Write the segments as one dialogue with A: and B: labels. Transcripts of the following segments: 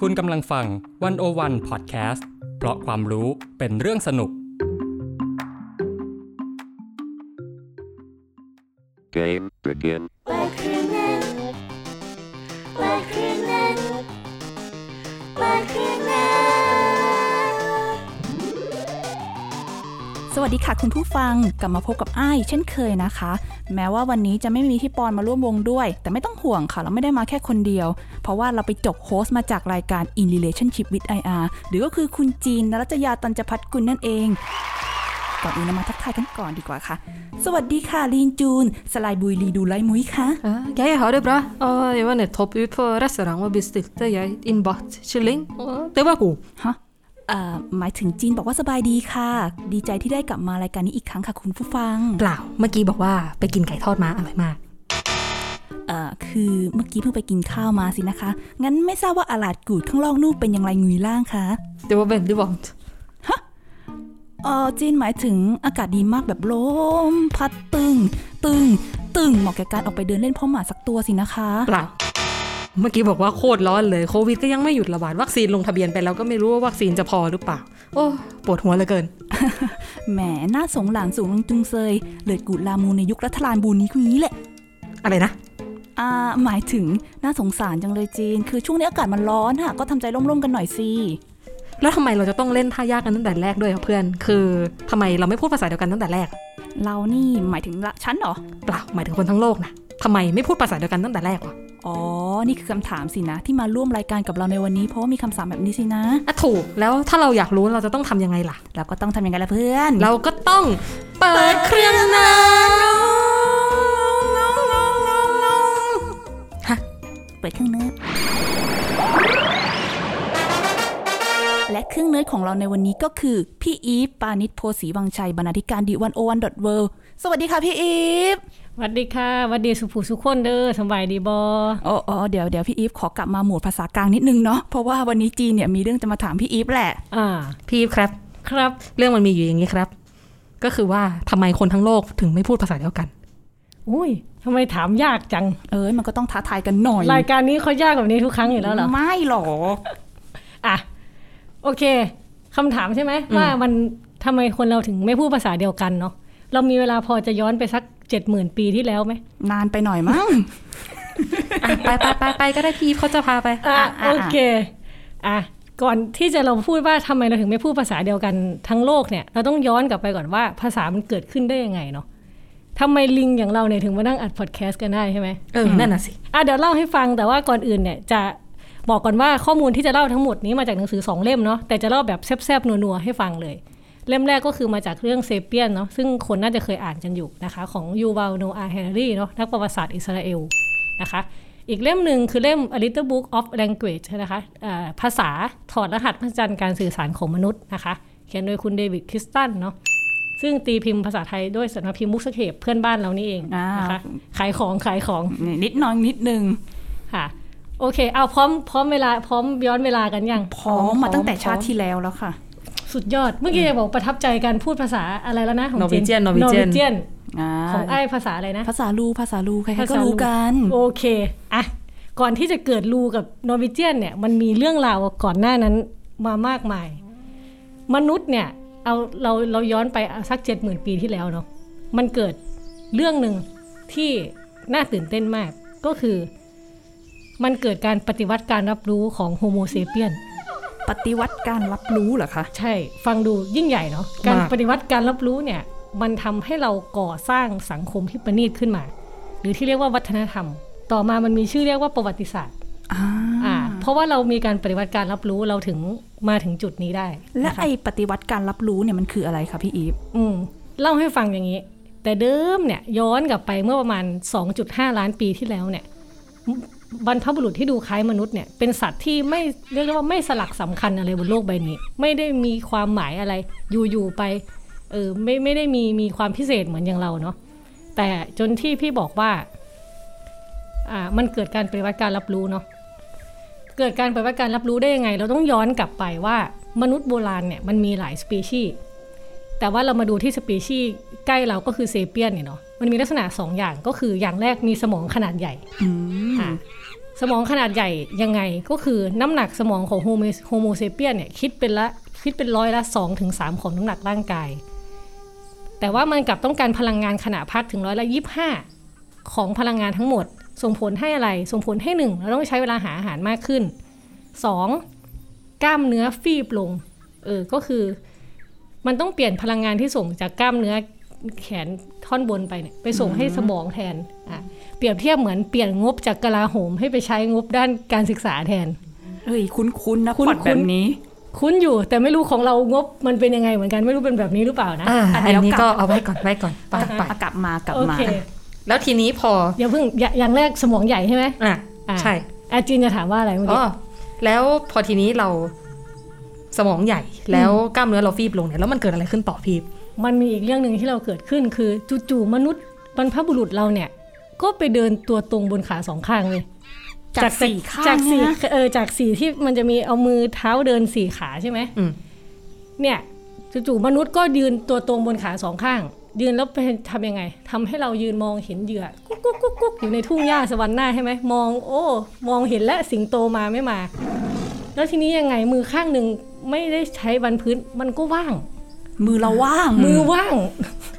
A: คุณกำลังฟังวันโอวันพอดแคสต์เพราะความรู้เป็นเรื่องสนุก
B: Game begin.
C: Bakrinen. Bakrinen. Bakrinen.
D: สวัสดีค่ะคุณผู้ฟังกลับมาพบกับอ้ายเช่นเคยนะคะ แม้ว่าวันนี้จะไม่มีพี่ปอนมาร่วมวงด้วย แต่ไม่ต้องห่วงค่ะ เราไม่ได้มาแค่คนเดียว เพราะว่าเราไปจบโฮสต์มาจากรายการ In Relationship with IR หรือก็คือคุณจีนนรัตยาตันจพัฒกุลนั่นเองก่อนอื่นเรามาทักทายกันก่อนดีกว่าค่ะ สวัสดีค่ะลีนจูน สลายบุยลีดูไลมุ้ยค่ะ
E: Ja, jeg har det bra. Og jeg var nettopp ute på restaurant og bestilte jeg innbakt kylling. Og det var god.
D: ฮะเอ่อหมายถึงจีนบอกว่าสบายดีค่ะ ดีใจที่ได้กลับมารายการนี้อีกครั้งค่ะคุณผู้ฟัง
E: เปล่า เมื่อกี้บอกว่าไปกินไก่ทอดมาอร่อยมาก
D: เอ่อคือเมื่อกี้เพิ่งไปกินข้าวมาสินะคะ งั้นไม่ทราบว่าอาลาดกูดข้างล่องนู่นเป็นอย่างไรงุยล่างคะ
E: Det var veldig varmt.
D: เออจีนหมายถึงอากาศดีมากแบบลมพัดตึง ตึง ตึงเหมาะแก่การออกไปเดินเล่นเพราะหมาสักตัวสินะคะ
E: เปล่า เมื่อกี้บอกว่าโคตรร้อนเลยโควิดก็ยังไม่หยุดระบาดวัคซีนลงทะเบียนไปแล้วก็ไม่รู้ว่าวัคซีนจะพอหรือเปล่า โอ้ปวดหัวเหลือเกิน
D: แหมหน้าสงหลานสูงลงจุงเซย เลิดกูดลามูในยุครัฐลานบูนี้คือนี้แหละ
E: อะไรนะ
D: อ่าหมายถึงน่าสงสารจังเลยจีน คือช่วงนี้อากาศมันร้อนค่ะ ก็ทำใจร่มๆกันหน่อยสิ
E: แล้วทำไมเราจะต้องเล่นท่ายากกันตั้งแต่แรกด้วยอะเพื่อน คือทำไมเราไม่พูดภาษาเดียวกันตั้งแต่แรก
D: เรานี่หมายถึงละฉันเหรอ
E: เปล่า หมายถึงคนทั้งโลกนะทำไมไม่พูดภาษาเดียวกันตั้งแต่แรกวะ
D: อ๋อ นี่คือคำถามสินะ ที่มาร่วมรายการกับเราในวันนี้เพราะว่ามีคำสามแบบนี้สินะ
E: อ่ะถูกแล้วถ้าเราอยากรู้เราจะต้องทำยังไงล่ะ
D: เราก็ต้องทำยังไงล่ะเพื่อน
E: เราก็ต้องเปิดเครื่องนำฮะ
D: เปิดเครื่องเนื้อและเครื่องเนื้อของเราในวันนี้ก็คือ พี่อีฟปานิชโพสีวังชัยบรรณาธิการดีวันโอวันดอทเวสวัสดีค่ะพี่อีฟ
F: หวัสดีค่ะหวัสดีสุภูสุขคนเด้อสำบายดีบอ
D: อ๋ออ๋อเดี๋ยวเดี๋ยวพี่อีฟขอกลับมาหมวดภาษากลางนิดนึงเนาะเพราะว่าวันนี้จีนเนี่ยมีเรื่องจะมาถามพี่อีฟแหละ
F: อ่า
E: พี่ครับ
F: ครับ
E: เรื่องมันมีอยู่อย่างนี้ครับ ก็คือว่าทำไมคนทั้งโลกถึงไม่พูดภาษาเดียวกัน
F: อุ้ยทำไมถามยากจัง
D: เอ้ยมันก็ต้องท้าทายกันหน่อย
F: รายการนี้เขายากแบบนี้ทุกครั้งอยู่แล้วเหรอ
D: ไม่หรอก
F: อ่ะ โอเคคำถามใช่ไหม ว่ามันทำไมคนเราถึงไม่พูดภาษาเดียวกันเนาะ เรามีเวลาพอจะย้อนไปสักเจ็ดหมื่นปีที่แล้วไหม
D: นานไปหน่อยมั้ง
E: อ่ะไปไปไปไปก็ได้พี่เขาจะพาไป
F: อ่ะ
D: อ่ะ
F: โอเค อ่ะ ก่อนที่จะเราพูดว่าทำไมเราถึงไม่พูดภาษาเดียวกันทั้งโลกเนี่ย เราต้องย้อนกลับไปก่อนว่าภาษามันเกิดขึ้นได้ยังไงเนาะทำไมลิงอย่างเราเนี่ยถึงมานั่งอัดพอดแคสต์กันได้ใช่ไหม
E: เออ นั่นน่ะสิ
F: อ่ะเดี๋ยวเล่าให้ฟังแต่ว่าก่อนอื่นเนี่ยจะบอกก่อนว่าข้อมูลที่จะเล่าทั้งหมดนี้มาจากหนังสือสองเล่มเนาะแต่จะเล่าแบบแซบๆนัวๆให้ฟังเลย เล่มแรกก็คือมาจากเรื่องเซเปียนเนาะซึ่งคนน่าจะเคยอ่านกันอยู่นะคะ ของยูวาลโนอาแฮร์รี่เนาะนักประวัติศาสตร์อิสราเอลนะคะ อีกเล่มหนึ่งคือเล่ม A Little Book of Language นะคะอ่าภาษาถอดรหัสพระจันทร์การสื่อสารของมนุษย์นะคะ เขียนโดยคุณเดวิดคริสตันเนาะซึ่งตีพิมพ์ภาษาไทยด้วยสำนักพิมพ์มุกสเขบเพื่อนบ้านเรานี่เองนะคะขายของขายของ
D: นิดหน้อยนิดนึง
F: ค่ะโอเค เอาพร้อมพร้อมเวลาพร้อมย้อนเวลากันยัง
D: พร้อมมาตั้งแต่ชาติ
F: พร้อ
D: ที่แล้วแล้วค่ะ
F: มสุดยอด เมื่อกี้ยังบอกประทับใจการพูดภาษาอะไรแล้วนะของจี
E: Norwegian
F: น
E: Norwegian
F: เจียน
D: อ่า
F: ของไอ้ภาษาอะไรนะ
D: ภาษาลูภาษาลูใครๆ
F: ภาษา
D: ก็รู้กัน
F: โอเคอ่ะก่อนที่จะเกิดรูกับนอร์วิเจียนเนี่ยมันมีเรื่องราวก่อนหน้านั้นมามากมาย มนุษย์เนี่ยเอาเราเราย้อนไปสักเจ็ดหมื่นปีที่แล้วเนาะมันเกิดเรื่องหนึ่งที่น่าตื่นเต้นมากก็คือ มันเกิดการปฏิวัติการรับรู้ของโฮโมเซเปียน
D: ปฏิวัติการรับรู้เหรอคะ
F: ใช่ ฟังดูยิ่งใหญ่เนาะ การ
E: มาก
F: ปฏิวัติการรับรู้เนี่ย มันทำให้เราก่อสร้างสังคมที่ประณีตขึ้นมา หรือที่เรียกว่าวัฒนธรรม ต่อมามันมีชื่อเรียกว่าประวัติศาสตร์
D: อ่า
F: อ่า เพราะว่าเรามีการปฏิวัติการรับรู้เราถึงมาถึงจุดนี้ได้
D: และ
F: นะคะ
D: ไอปฏิวัติการรับรู้เนี่ยมันคืออะไรคะพี่อีฟ
F: อืมเล่าให้ฟังอย่างนี้ แต่เดิมเนี่ยย้อนกลับไปเมื่อประมาณ 2.5 ล้านปีที่แล้วเนี่ยบรรพบุรุษที่ดูคล้ายมนุษย์เนี่ยเป็นสัตว์ที่ไม่เรียกได้ว่าไม่สลักสำคัญอะไรบนโลกใบนี้ ไม่ได้มีความหมายอะไรอยู่ๆไปเออไม่ไม่ได้มีมีความพิเศษเหมือนอย่างเราเนาะแต่จนที่พี่บอกว่าอ่ามันเกิดการปฏิวัติการรับรู้เนาะเกิดการปฏิวัติการรับรู้ได้ยังไง เราต้องย้อนกลับไปว่ามนุษย์โบราณเนี่ยมันมีหลายสปีชีส์ แต่ว่าเรามาดูที่สปีชีส์ใกล้เราก็คือเซเปียนเนี่ยเนาะมันมีลักษณะ 2 อย่างก็คืออย่างแรกมีสมองขนาดใหญ่
D: อืม
F: อ่ะ สมองขนาดใหญ่ยังไงก็คือน้ำหนักสมองของโฮโมโฮโมเซเปียนเนี่ยคิดเป็นละคิดเป็นร้อยละ2ถึง3ของน้ำหนักร่างกาย แต่ว่ามันกลับต้องการพลังงานขณะพักถึงร้อยละ25 ของพลังงานทั้งหมด ส่งผลให้อะไร ส่งผลให้หนึ่งเราต้องใช้เวลาหาอาหารมากขึ้นสองกล้ามเนื้อฟีบลงเออก็คือ มันต้องเปลี่ยนพลังงานที่ส่งจากกล้ามเนื้อแขนท่อนบนไปเนี่ยไปส่งให้สมองแทนอ่ะเปรียบเทียบเหมือนเปลี่ยนงบจากกลาโหมให้ไปใช้งบด้านการศึกษาแทน
D: เอ้ยคุ้นๆนะ
F: คุ้นๆ
D: พอดแบบนี้
F: คุ้นอยู่แต่ไม่รู้ของเรางบมันเป็นยังไงเหมือนกันไม่รู้เป็นแบบนี้หรือเปล่านะ
E: อ่าอันนี้ก็เอาไว้ก่อนไว้ก่อนไปไป
D: อ่ะกลับมากลับ
F: โอ
D: มา
F: เค
E: แล้วทีนี้พอ
F: อย่าเพิ่งอย่าอย่างแรกสมองใหญ่ใช่ไหม
E: อ่ะ
F: อ่ะ
E: ใช่
F: อาจีนจะถามว่าอะไรเมื่อ
E: อ๋
F: กี้
E: อแล้วพอทีนี้เราสมองใหญ่แล้วกล้ามเนื้อเราฟีบลงเนี่ยแล้วมันเกิดอะไรขึ้นต่อพีบ
F: มันมีอีกเรื่องหนึ่งที่เราเกิดขึ้นคือจู่ๆมนุษย์บรรพบุรุษเราเนี่ย ก็ไปเดินตัวตรงบนขาสองข้างเลย
D: จากสี่ข้าง
F: จากสี่
D: เนี่ยนะ
F: เออจากสี่ที่มันจะมีเอามือเท้าเดินสี่ขาใช่ไหม
E: อืม
F: เนี่ยจู่ๆมนุษย์ก็ยืนตัวตรงบนขาสองข้าง ยืนแล้วไปทำยังไงทำให้เรายืนมองเห็นเหยื่อกุ๊กกุ๊กกุ๊กกุ๊กอยู่ในทุ่งหญ้าสวรรค์หน้าใช่ไหมมอง โอ้ มองเห็นและสิงโตมาไม่มา แล้วทีนี้ยังไงมือข้างหนึ่งไม่ได้ใช้บันพื้นมันก็ว่าง
D: มือเราว่าง
F: มือว่าง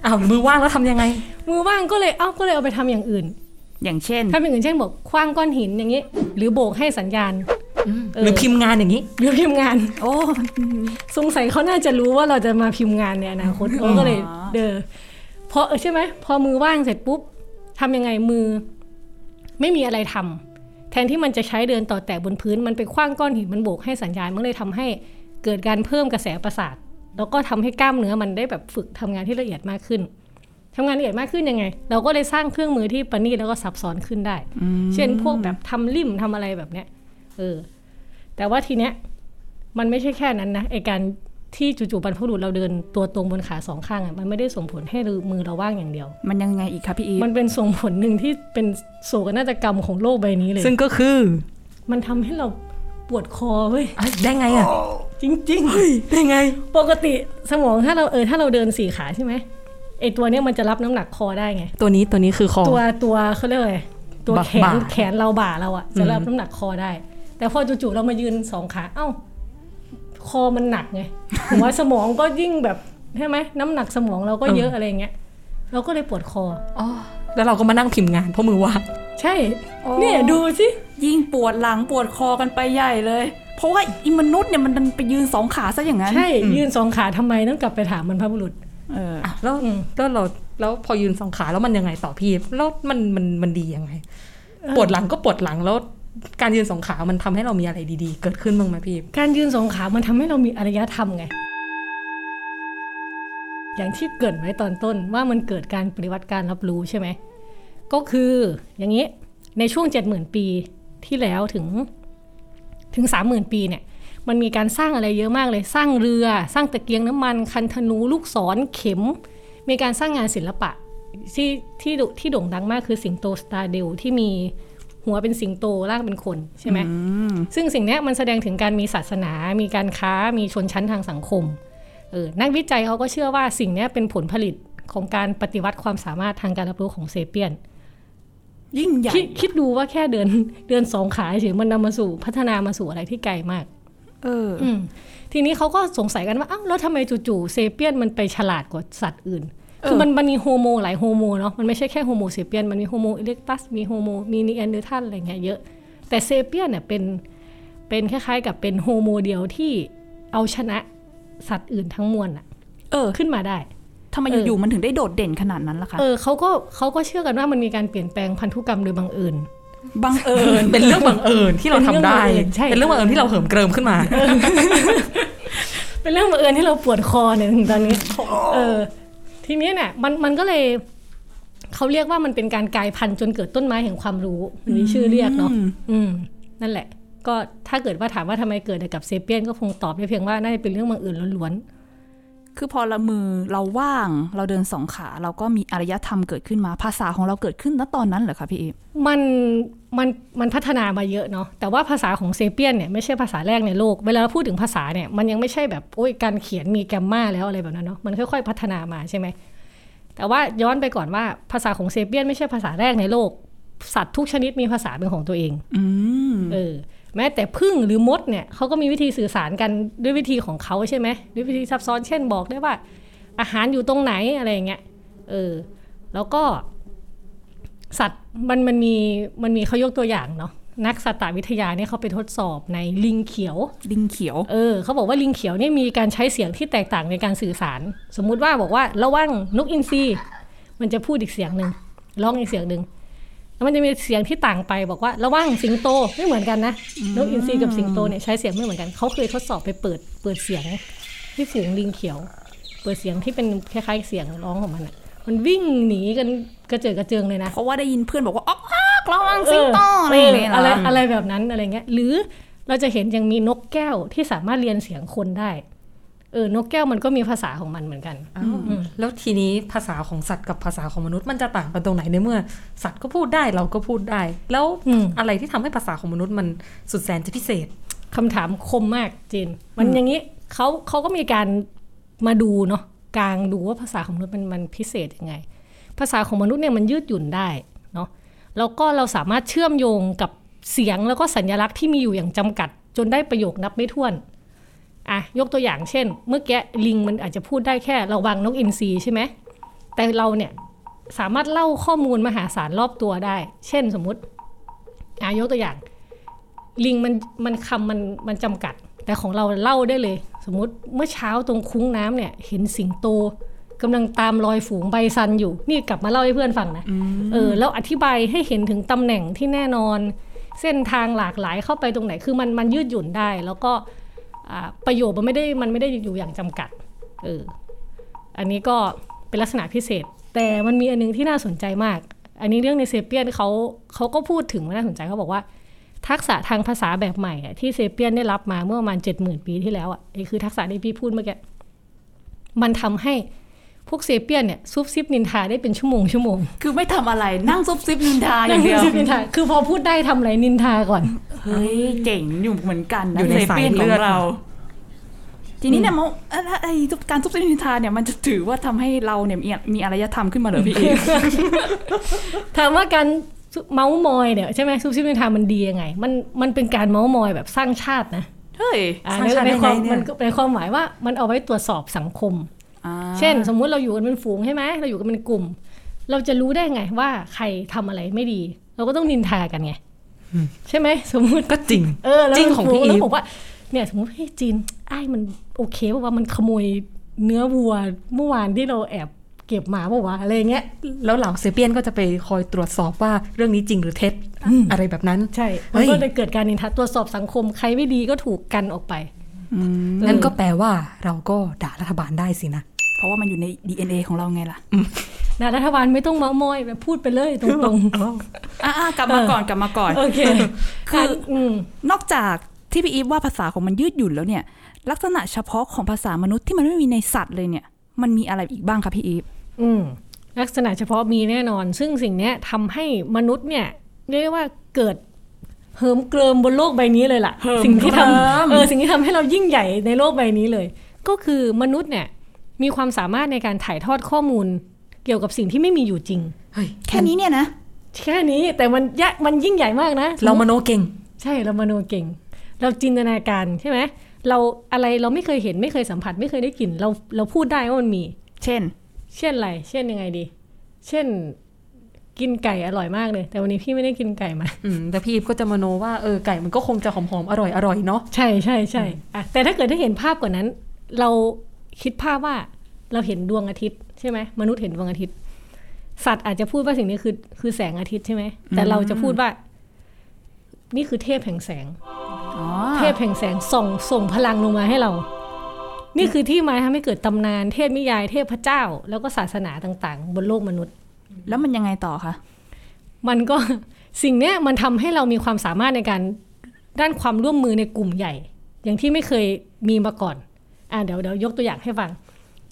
E: อ้าวมือว่างแล้วทำยังไง
F: มือว่างก็เลยเอ้าก็เลยเอาไปทำอย่างอื่น
D: อย่างเช่น
F: ทำอย่างอื่นเช่นบอกคว้างก้อนหินอย่างนี้ หรือโบกให้สัญญาณเห
E: รือพิมพ์งานอย่างนี้
F: หรือพิมพ์งาน
D: โอ้
F: สงสัยเขาน่าจะรู้ว่าเราจะมาพิมพ์งานในอนาคตเขาก็เลย
D: อ๋อ
F: เดอพอเออใช่ไหม พอมือว่างเสร็จปุ๊บทำยังไงมือ ไม่มีอะไรทำแทนที่มันจะใช้เดินต่อแต่บนพื้น มันไปคว้างก้อนหินมันโบกให้สัญญาณมันเลยทำให้เกิดการเพิ่มกระแสประสาท แล้วก็ทำให้กล้ามเนื้อมันได้แบบฝึกทำงานที่ละเอียดมากขึ้นทำงานละเอียดมากขึ้นยังไง เราก็เลยสร้างเครื่องมือที่ประณีตแล้วก็ซับซ้อนขึ้นได้ เช่นพวกแบบทำลิ่มทำอะไรแบบเนี้ยเออ แต่ว่าทีเนี้ย มันไม่ใช่แค่นั้นนะไอการที่จู่ๆบรรพบุรุษเราเดินตัวตรงบนขาสองข้างอะมันไม่ได้ส่งผลให้มือเราว่างอย่างเดียว
D: มันยังไงอีกคะพี่อีฟ
F: มันเป็นส่งผลหนึ่งที่เป็นโศกนาฏกรรมของโลกใบนี้เลย
E: ซึ่งก็คือ
F: มันทำให้เราปวดคอเว้ย
E: เอ้ยได้ไงอ่ะ
F: จริง
E: เฮ้ยได้ไง
F: ๆ ปกติสมองถ้าเราเออถ้าเราเดินสี่ขาใช่ไหมไอตัวเนี้ยมันจะรับน้ำหนักคอได้ไง
E: ตัวนี้ตัวนี้คือคอ
F: ตัวตัวเขาเรียกว่าอะไรตัวแขน
E: บ่า
F: แขนเราบ่าเราอะจะรับน้ำหนักคอได้ แต่พอจู่ๆเรามายืนสองขา เอ้า คอมันหนักไงหัวสมองก็ยิ่งแบบใช่ไหมน้ำหนักสมองเราก็เยอะอะไรอย่างเงี้ยเราก็เลยปวดคอ
E: อ๋อแล้วเราก็มานั่งพิมพ์งานเพราะมือว่าง
F: ใช่ เนี่ยดูสิ
D: ยิ่งปวดหลังปวดคอกันไปใหญ่เลย เพราะว่าอีมนุษย์เนี่ยมันดันไปยืนสองขาซะอย่างนั้น
F: ใช่ ยืนสองขาทำไมต้องกลับไปถามบรรพบุรุษ
D: เออ
E: อ่ะแล้ว
F: อืม
E: แล้วเราแล้วพอยืนสองขาแล้วมันยังไงต่อพี่แล้วมันมันมันดียังไง ปวดหลังก็ปวดหลังแล้วการยืนสองขามันทำให้เรามีอะไรดีๆ เกิดขึ้นบ้างไหมพี่
F: การยืนสองขา มันทำให้เรามีอารยธรรมไง อย่างที่เกริดไว้ตอนต้นว่ามันเกิดการปฏิวัติการรับรู้ใช่ไหม ก็คืออย่างนี้ในช่วง 70,000 ปีที่แล้วถึงถึง 30,000 ปีเนี่ย มันมีการสร้างอะไรเยอะมากเลย สร้างเรือ สร้างตะเกียงน้ำมัน คันธนู ลูกศร เข็ม มีการสร้างงานศิลปะ ที่ที่โด่ที่โด่งดังมากคือสิงโตสตาร์เดลที่มีหัวเป็นสิงโตร่างเป็นคนใช่ไหม ซึ่งสิ่งเนี้ยมันแสดงถึงการมีศาสนา มีการค้า มีชนชั้นทางสังคม เออ นักวิจัยเขาก็เชื่อว่าสิ่งเนี้ยเป็นผลผลิตของการปฏิวัติความสามารถทางการรับรู้ของเซเปียน
D: ยิ่งใหญ่
F: คิดคิดดูว่าแค่เดินเดินสองขาเฉยมันนำมาสู่พัฒนามาสู่อะไรที่ไกลมาก
D: เออ
F: อืมทีนี้เขาก็สงสัยกันว่า อ้าว แล้วทำไมจู่ๆเซเปียนมันไปฉลาดกว่าสัตว์อื่น คือมันมันมีโฮโมหลายโฮโมเนาะ มันไม่ใช่แค่โฮโมเซเปียน มันมีโฮโมอิเล็กตัส มีโฮโม มีนีแอนเดอร์ทันอะไรเงี้ยเยอะ แต่เซเปียนเนี่ยเป็น เป็นคล้ายๆกับเป็นโฮโมเดียวที่เอาชนะสัตว์อื่นทั้งมวลอะ
D: เออ
F: ขึ้นมาได้
D: ทำไม
F: เอออ
D: อยู่ๆมันถึงได้โดดเด่นขนาดนั้นล่ะคะ
F: เออเขาก็เขาก็เชื่อกันว่ามันมีการเปลี่ยนแปลงพันธุกรรมโดยบังเอิญ
D: บังเอิญ
E: เป็นเรื่องบังเอิญที่เราทำได้
F: เป็นเรื่องบังเอิญใช่
E: เป็นเรื่องบังเอิญที่เราเหิมเกริมขึ้นมา
F: เป็นเรื่องบังเอิญที่เราปวดคอเนี่ยถึงตอนนี้ เออ ทีนี้เนี่ยมันมันก็เลยเขาเรียกว่ามันเป็นการกลายพันธุ์จนเกิดต้นไม้แห่งความรู้มันมีชื่อเรียกเนาะอืม นั่นแหละ ก็ถ้าเกิดว่าถามว่าทำไมเกิดกับเซเปียนก็คงตอบได้เพียงว่าน่าจะเป็นเรื่องบังเอิญล้วน
D: คือพอละมือเราว่างเราเดินสองขา เราก็มีอารยธรรมเกิดขึ้นมาภาษาของเราเกิดขึ้นณตอนนั้นเหรอคะพี่อีฟ
F: ๆมันมันมันพัฒนามาเยอะเนาะแต่ว่าภาษาของเซเปียนเนี่ยไม่ใช่ภาษาแรกในโลก เวลาเราพูดถึงภาษาเนี่ยมันยังไม่ใช่แบบโอ้ยการเขียนมีแกรมมาแล้วอะไรแบบนั้นเนาะมันค่อยๆพัฒนามาใช่ไหม แต่ว่าย้อนไปก่อนว่าภาษาของเซเปียนไม่ใช่ภาษาแรกในโลก สัตว์ทุกชนิดมีภาษาเป็นของตัวเอง
D: อืม
F: เออแม้แต่พึ่งหรือมดเนี่ยเขาก็มีวิธีสื่อสารกันด้วยวิธีของเขาใช่ไหมด้วยวิธีซับซ้อนเช่นบอกได้ว่า อาหารอยู่ตรงไหนอะไรอย่างเงี้ยเออแล้วก็ สัตว์มันมันมีมันมีเขายกตัวอย่างเนาะนักสัตววิทยาเนี่ยเขาไปทดสอบในลิงเขียว
D: ลิงเขียว
F: เออเขาบอกว่าลิงเขียวเนี่ยมีการใช้เสียงที่แตกต่างในการสื่อสาร สมมุติว่าบอกว่าระวังนกอินทรีมันจะพูดอีกเสียงหนึ่งร้องอีกเสียงหนึ่งแล้วมันจะมีเสียงที่ต่างไปบอกว่าระวังสิงโตไม่เหมือนกันนะนกอินทรีกับสิงโตเนี่ยใช้เสียงไม่เหมือนกันเขาเคยทดสอบไปเปิดเปิดเสียงที่ฝูงลิงเขียว เปิดเสียงที่เป็นคล้ายๆเสียงร้องของมันอะมันวิ่งหนีกันกระเจิดกระเจิงเลยนะ
D: เพราะว่าได้ยินเพื่อนบอกว่าอ๊อกอ๊อกระวังสิงโตอะไรอย่างเงี้ย
F: เอออะไร
D: นะ
F: อะไรแบบนั้นอะไรเงี้ย หรือเราจะเห็นยังมีนกแก้วที่สามารถเรียนเสียงคนได้ เออนกแก้วมันก็มีภาษาของมันเหมือนกัน
E: อืมแล้วทีนี้ภาษาของสัตว์กับภาษาของมนุษย์มันจะต่างกันตรงไหนในเมื่อ สัตว์ก็พูดได้เราก็พูดได้ แล้ว
F: อืม
E: อะไรที่ทำให้ภาษาของมนุษย์มันสุดแสนจะพิเศษ
F: คำถามคมมากจิน มันอย่างนี้เขาเขาก็มีการมาดูเนาะกลางดูว่าภาษาของมนุษย์มันมันพิเศษยังไง ภาษาของมนุษย์เนี่ยมันยืดหยุ่นได้เนาะแล้วก็เราสามารถเชื่อมโยงกับเสียงแล้วก็สัญลักษณ์ที่มีอยู่อย่างจำกัด จนได้ประโยคนับไม่ถ้วนอ่ะยกตัวอย่างเช่น เมื่อกี้ลิงมันอาจจะพูดได้แค่ระวังนกอินทรีใช่ไหมแต่เราเนี่ยสามารถเล่าข้อมูลมหาศาลรอบตัวได้ เช่นสมมติอ่ะยกตัวอย่าง ลิงมันมันคำมันมันจำกัด แต่ของเราเล่าได้เลย สมมติเมื่อเช้าตรงคุ้งน้ำเนี่ย เห็นสิงโตกำลังตามรอยฝูงใบซันอยู่ นี่กลับมาเล่าให้เพื่อนฟังนะเออแล้วอธิบายให้เห็นถึงตำแหน่งที่แน่นอน เส้นทางหลากหลายเข้าไปตรงไหนคือมันมันยืดหยุ่นได้ แล้วก็อ่าประโยชน์มันไม่ได้มันไม่ได้อยู่อย่างจำกัดเอออันนี้ก็เป็นลักษณะพิเศษ แต่มันมีอันนึงที่น่าสนใจมาก อันนี้เรื่องในเซเปียนเขาเขาก็พูดถึงว่าน่าสนใจเขาบอกว่า ทักษะทางภาษาแบบใหม่อะที่เซเปียนได้รับมาเมื่อประมาณเจ็ดหมื่นปีที่แล้วอ่ะไอ้คือทักษะที่พี่พูดเมื่อกี้มันทำให้พวกเซเปียนเนี่ยซุบซิบนินทาได้เป็นชั่วโมงชั่วโมง
D: คือไม่ทำอะไรนั่งซุบซิบนินทาอย่างเดียว
F: ซุบซิบนินทาคือพอพูดได้ทำอะไรนินทาก่อน
D: เฮ้ยเจ๋งอยู่เหมือนกันนะ
E: อยู่ใน
D: ซปี
E: สายเลือด
D: ขงทีนี้เนี่ยมันเอ่อไอ้การซุบซิบนินทาเนี่ยมันจะถือว่าทำให้เราเนี่ยมีมีอารยธรรมขึ้นมาเหรอพี่เอก
F: ถามว่าการเมาส์มอยเนี่ยใช่ไหมซุบซิบนินทามันดียังไง มันมันเป็นการเมาส์มอยแบบสร้างชาตินะ
D: เฮ้ย
F: อ่า
E: สร้างชาติ
F: ใน
E: ได้ไง
F: ความ
E: เนี่ย
F: มันก็ในความหมายว่ามันเอาไว้ตรวจสอบสังคม
D: อ่า
F: เช่น สมมุติเราอยู่กันเป็นฝูงใช่ไหมเราอยู่กันเป็นกลุ่ม เราจะรู้ได้ไงว่าใครทำอะไรไม่ดี เราก็ต้องนินทากันไง ใช่ไหมสมมุติ
E: ก็จริง
F: เออแล้ว
E: จริงของพี่
F: เรา
E: อีฟ
F: บอกว่าเนี่ยสมมติเฮ้ยจีนไอ้ายมันโอเคป่าวะมันขโมยเนื้อวัวเมื่อวานที่เราแอบเก็บมาป่าวะอะไรอย่างเงี้ย
E: แล้วเหล่าเซเปียนก็จะไปคอยตรวจสอบว่าเรื่องนี้จริงหรือเท็จอะไรแบบนั้น
F: ใช่
E: เฮ้
F: มัน
E: ย
F: ก็เลยเกิดการนินทาตรวจสอบสังคมใครไม่ดีก็ถูกกันออกไปเออ
E: งั้นก็แปลว่าเราก็ด่ารัฐบาลได้สินะ
D: เพราะว่ามันอยู่ใน DNA ของเราไงล่ะ
F: นะรัฐบาลไม่ต้องเมามอยแบบพูดไปเลยตรง
D: อ่ะๆกลับมาก่อนกลับมาก่อน
F: ๆ โอเค
D: คือ
F: อืม
D: นอกจากที่พี่อีฟว่าภาษาของมันยืดหยุ่นแล้วเนี่ย ลักษณะเฉพาะของภาษามนุษย์ที่มันไม่มีในสัตว์เลยเนี่ย มันมีอะไรอีกบ้างคะพี่อีฟ
F: อืมลักษณะเฉพาะมีแน่นอน ซึ่งสิ่งเนี้ยทำให้มนุษย์เนี่ยเรียกได้ว่าเกิดเหิมเกริมบนโลกใบนี้เลยล่ะ สิ่งที่ทำเออสิ่งที่ทำให้เรายิ่งใหญ่ในโลกใบนี้เลย ก็คือมนุษย์เนี่ยมีความสามารถในการถ่ายทอดข้อมูล เกี่ยวกับสิ่งที่ไม่มีอยู่จริง
E: เฮ้ย
D: แค่นี้เนี่ยนะ
F: แค่นี้แต่มันยะมันยิ่งใหญ่มากนะ
E: เรามโนเก่ง
F: ใช่เรามโนเก่ง เราจินตนาการใช่ไหมเราอะไรเราไม่เคยเห็นไม่เคยสัมผัส ไม่เคยได้กลิ่นเราเราพูดได้ว่ามันมี
D: เช่น
F: เช่นอะไร เช่นยังไงดี เช่นกินไก่อร่อยมากเลย แต่วันนี้พี่ไม่ได้กินไก่มา
E: อืมแต่พี่อีฟก็จะมโนว่าเออไก่มันก็คงจะหอมๆ อร่อยๆ เนาะ
F: ใช่ใช่ใช่อ่ะแต่ถ้าเกิดได้เห็นภาพกว่านั้น เราคิดภาพว่าเราเห็นดวงอาทิตย์ใช่ไหมมนุษย์เห็นดวงอาทิตย์ สัตว์อาจจะพูดว่าสิ่งนี้คือคือแสงอาทิตย์ใช่ไหมแต่เราจะพูดว่า นี่คือเทพแห่งแสง
D: อ๋อ
F: เทพแห่งแสงส่งส่งพลังลงมาให้เรา นี่คือที่มาทำให้เกิดตำนาน เทพนิยาย เทพพระเจ้า แล้วก็ศาสนาต่างๆ บนโลกมนุษย์
D: แล้วมันยังไงต่อคะ
F: มันก็ สิ่งเนี้ยมันทำให้เรามีความสามารถในการด้านความร่วมมือในกลุ่มใหญ่ อย่างที่ไม่เคยมีมาก่อน อ่าเดี๋ยวเดี๋ยวยกตัวอย่างให้ฟัง